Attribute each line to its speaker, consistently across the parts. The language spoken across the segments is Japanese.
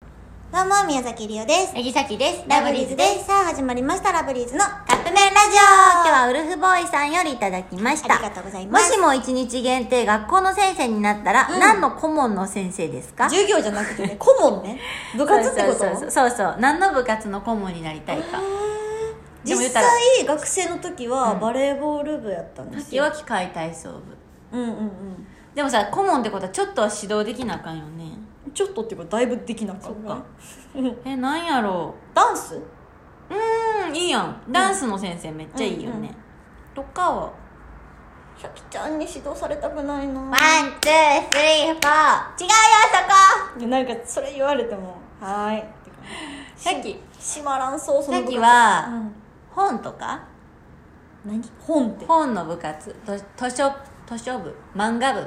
Speaker 1: どうも、宮崎りおです。
Speaker 2: えぎさきです。
Speaker 1: ラブリーズです。さあ、始まりました、ラブリーズの
Speaker 2: カップ麺ラジオ今日はウルフボーイさんよりいただきました。
Speaker 1: ありがとうございます
Speaker 2: もしも一日限定学校の先生になったら、
Speaker 1: うん
Speaker 2: 何の顧問の先生ですか
Speaker 1: 授業じゃなくてね、顧問ね。部活ってこと
Speaker 2: そうそうそうそうそう。何の部活の顧問になりたいか
Speaker 1: へ。ー
Speaker 2: でも言
Speaker 1: 実
Speaker 2: ったら
Speaker 1: 際、学生の時は
Speaker 2: うん
Speaker 1: バレーボール部やったんです
Speaker 2: 弱
Speaker 1: よ。
Speaker 2: き解体操部。
Speaker 1: うんうんうん。
Speaker 2: でもさ、顧問ってことはちょっとは指導できなあかんよね。
Speaker 1: ちょっとっていうか、だいぶできなか
Speaker 2: そ
Speaker 1: っ
Speaker 2: ったか。。え、なんやろ
Speaker 1: ダンス
Speaker 2: う。うーん、いいやん。ダンスの先生めっちゃいいよ
Speaker 1: うんうん
Speaker 2: ね。とかは。
Speaker 1: シャキちゃんに指導されたくないな
Speaker 2: ワン、ツー、スリー、フォー。違うよ、そこ
Speaker 1: いやなんか、それ言われても、はーいって感じ。
Speaker 2: さっき
Speaker 1: し、しまらんそう、その部活
Speaker 2: さっきは
Speaker 1: うん
Speaker 2: 本とか
Speaker 1: 何本って。
Speaker 2: 本の部活と図書図書部漫画部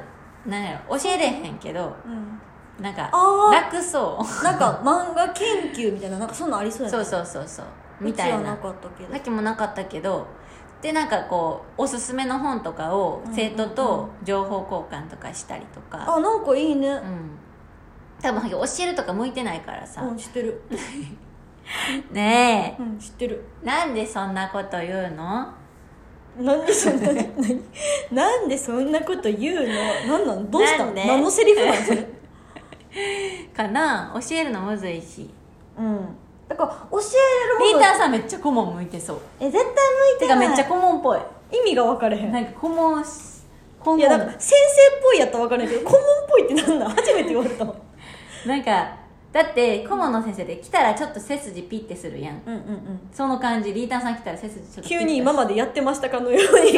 Speaker 2: なんやろ教えれへんけど
Speaker 1: うん。
Speaker 2: なんか
Speaker 1: あー
Speaker 2: 楽そ
Speaker 1: なんか漫画研究みたいななんかそんなんありそうや
Speaker 2: う そううそうそうそうみたい
Speaker 1: は
Speaker 2: な
Speaker 1: なかったけど
Speaker 2: さっきもなかったけどでなんかこうおすすめの本とか
Speaker 1: う
Speaker 2: を
Speaker 1: んうんうん
Speaker 2: 生徒と情報交換とかしたりとか
Speaker 1: あなんかいいね
Speaker 2: うん、多分教えるとか向いてないからさ、
Speaker 1: うん知ってる
Speaker 2: ね
Speaker 1: うん知ってる
Speaker 2: えなんでそんなこと言うの
Speaker 1: なんでそんな何 なんでそんなこと言うのなんなんどうした
Speaker 2: な
Speaker 1: の
Speaker 2: んで
Speaker 1: 何のセリフなん それ
Speaker 2: かな教えるのむずいし
Speaker 1: うんだから教え
Speaker 2: ピ
Speaker 1: るもの
Speaker 2: ーターさんめっちゃ顧問向いてそう
Speaker 1: え絶対向い
Speaker 2: て
Speaker 1: て
Speaker 2: か
Speaker 1: ない
Speaker 2: めっちゃ顧問っぽい
Speaker 1: 意味が分かれへん
Speaker 2: なんか顧問し顧問
Speaker 1: いやなんか先生っぽいやったら分からへんけ ど顧問っぽいってなんなん初めて言われたわ
Speaker 2: なんかだって顧問の先生で来たらちょっと背筋ピッてするやん
Speaker 1: うんうんうん
Speaker 2: その感じリーターさん来たら背筋ちょっとピッて
Speaker 1: 急に今までやってましたかのように
Speaker 2: そうそうそう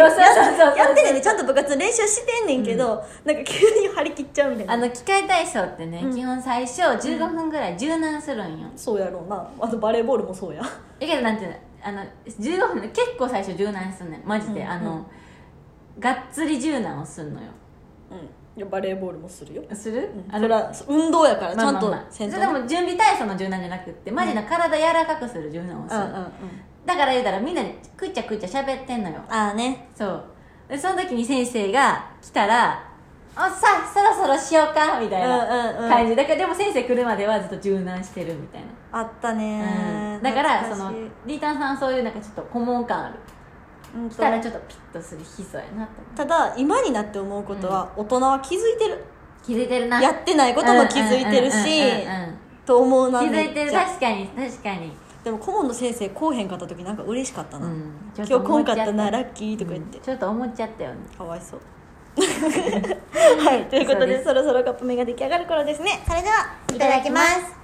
Speaker 2: そう
Speaker 1: やってねちゃんと部活練習してんねんけど、なんか急に張り切っちゃうみたいな
Speaker 2: あの機械体操ってね、
Speaker 1: うん
Speaker 2: 基本最初15分ぐらい柔軟するんよ、
Speaker 1: そうやろうなあとバレーボールもそうや
Speaker 2: だけどなんていうのあの15分で結構最初柔軟すんねんマジで、
Speaker 1: うん
Speaker 2: あのがっつり柔軟をすんのよ
Speaker 1: うんいやバレーボールもするよ、
Speaker 2: する、
Speaker 1: うん、
Speaker 2: あ
Speaker 1: それ
Speaker 2: の
Speaker 1: は運動やからち
Speaker 2: ま
Speaker 1: ゃ
Speaker 2: あ
Speaker 1: ん
Speaker 2: まあ
Speaker 1: と
Speaker 2: まあそ
Speaker 1: 戦
Speaker 2: れ
Speaker 1: 闘
Speaker 2: でも準備体操の柔軟じゃなくってマジな体柔らかくする柔軟をす
Speaker 1: う
Speaker 2: る、
Speaker 1: んうんうん
Speaker 2: だから言うたらみんなでくっちゃくっちゃ喋ってんのよ
Speaker 1: ああね
Speaker 2: そうでその時に先生が来たら「あさそろそろしようか」みたいな
Speaker 1: うんうんうん
Speaker 2: 感じ、だからでも先生来るまではずっと柔軟してるみたいな、
Speaker 1: あった
Speaker 2: うん
Speaker 1: ね
Speaker 2: だからそ
Speaker 1: 懐
Speaker 2: の
Speaker 1: しい
Speaker 2: リータンさんはそういうなんかちょっと顧問感ある
Speaker 1: うん
Speaker 2: 来
Speaker 1: と
Speaker 2: たらちょっとピッとする日そうやなと思う
Speaker 1: ただ今になって思うことは、大人は気づいてる
Speaker 2: 気づいてるな
Speaker 1: やってないことも気づいてるし、
Speaker 2: うんうんうんうんうん
Speaker 1: と思うな
Speaker 2: 気づいて
Speaker 1: めっ
Speaker 2: る
Speaker 1: ちゃ
Speaker 2: 確かに確かに、
Speaker 1: でも顧問の先生来おへんかった時なんか嬉しかったな、
Speaker 2: うん、
Speaker 1: 今日来んかったなラ
Speaker 2: ら
Speaker 1: ッキーとか言って、
Speaker 2: ちょっと思っちゃったよね
Speaker 1: かわいそう はいということ
Speaker 2: そう
Speaker 1: で
Speaker 2: で
Speaker 1: そ
Speaker 2: す
Speaker 1: ろそろカップ麺が出来上がる頃ですねそれではい
Speaker 2: ただきます